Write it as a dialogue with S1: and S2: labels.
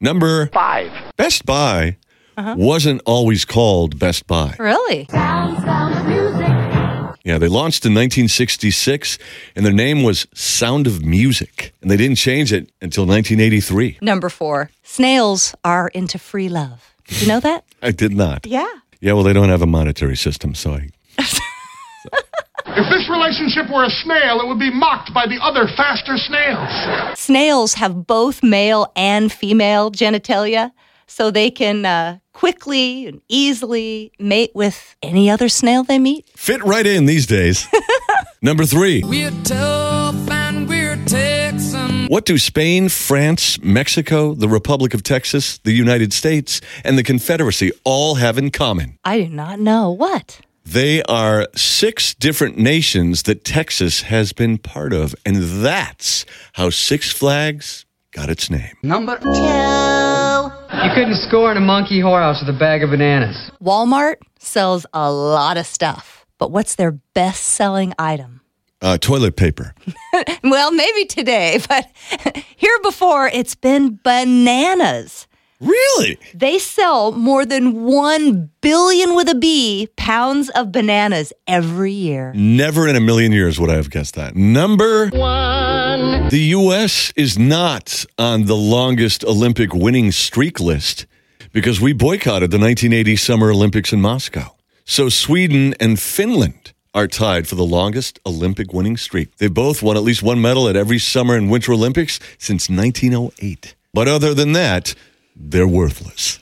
S1: Number
S2: Five.
S1: Best Buy wasn't always called Best Buy.
S3: Really?
S1: Yeah, they launched in 1966 and their name was Sound of Music. And they didn't change it until 1983.
S3: Number four. Snails are into free love. Did you know that?
S1: I did not.
S3: yeah.
S1: Yeah, well, they don't have a monetary system, so I.
S2: If this relationship were a snail, it would be mocked by the other faster snails.
S3: Snails have both male and female genitalia, so they can uh, quickly and easily mate with any other snail they meet.
S1: Fit right in these days. Number three.
S4: We're tough and we're Texan.
S1: What do Spain, France, Mexico, the Republic of Texas, the United States, and the Confederacy all have in common?
S3: I do not know what.
S1: They are six different nations that Texas has been part of, and that's how Six Flags got its name.
S5: Number two. You couldn't score in a monkey whorehouse with a bag of bananas.
S3: Walmart sells a lot of stuff, but what's their best selling item?
S1: Uh, toilet paper.
S3: Well, maybe today, but here before it's been bananas.
S1: Really?
S3: They sell more than 1 billion with a B pounds of bananas every year.
S1: Never in a million years would I have guessed that. Number one. The U.S. is not on the longest Olympic winning streak list because we boycotted the 1980 Summer Olympics in Moscow. So Sweden and Finland are tied for the longest Olympic winning streak. They both won at least one medal at every Summer and oh Winter Olympics since 1908. But other than that, they're worthless.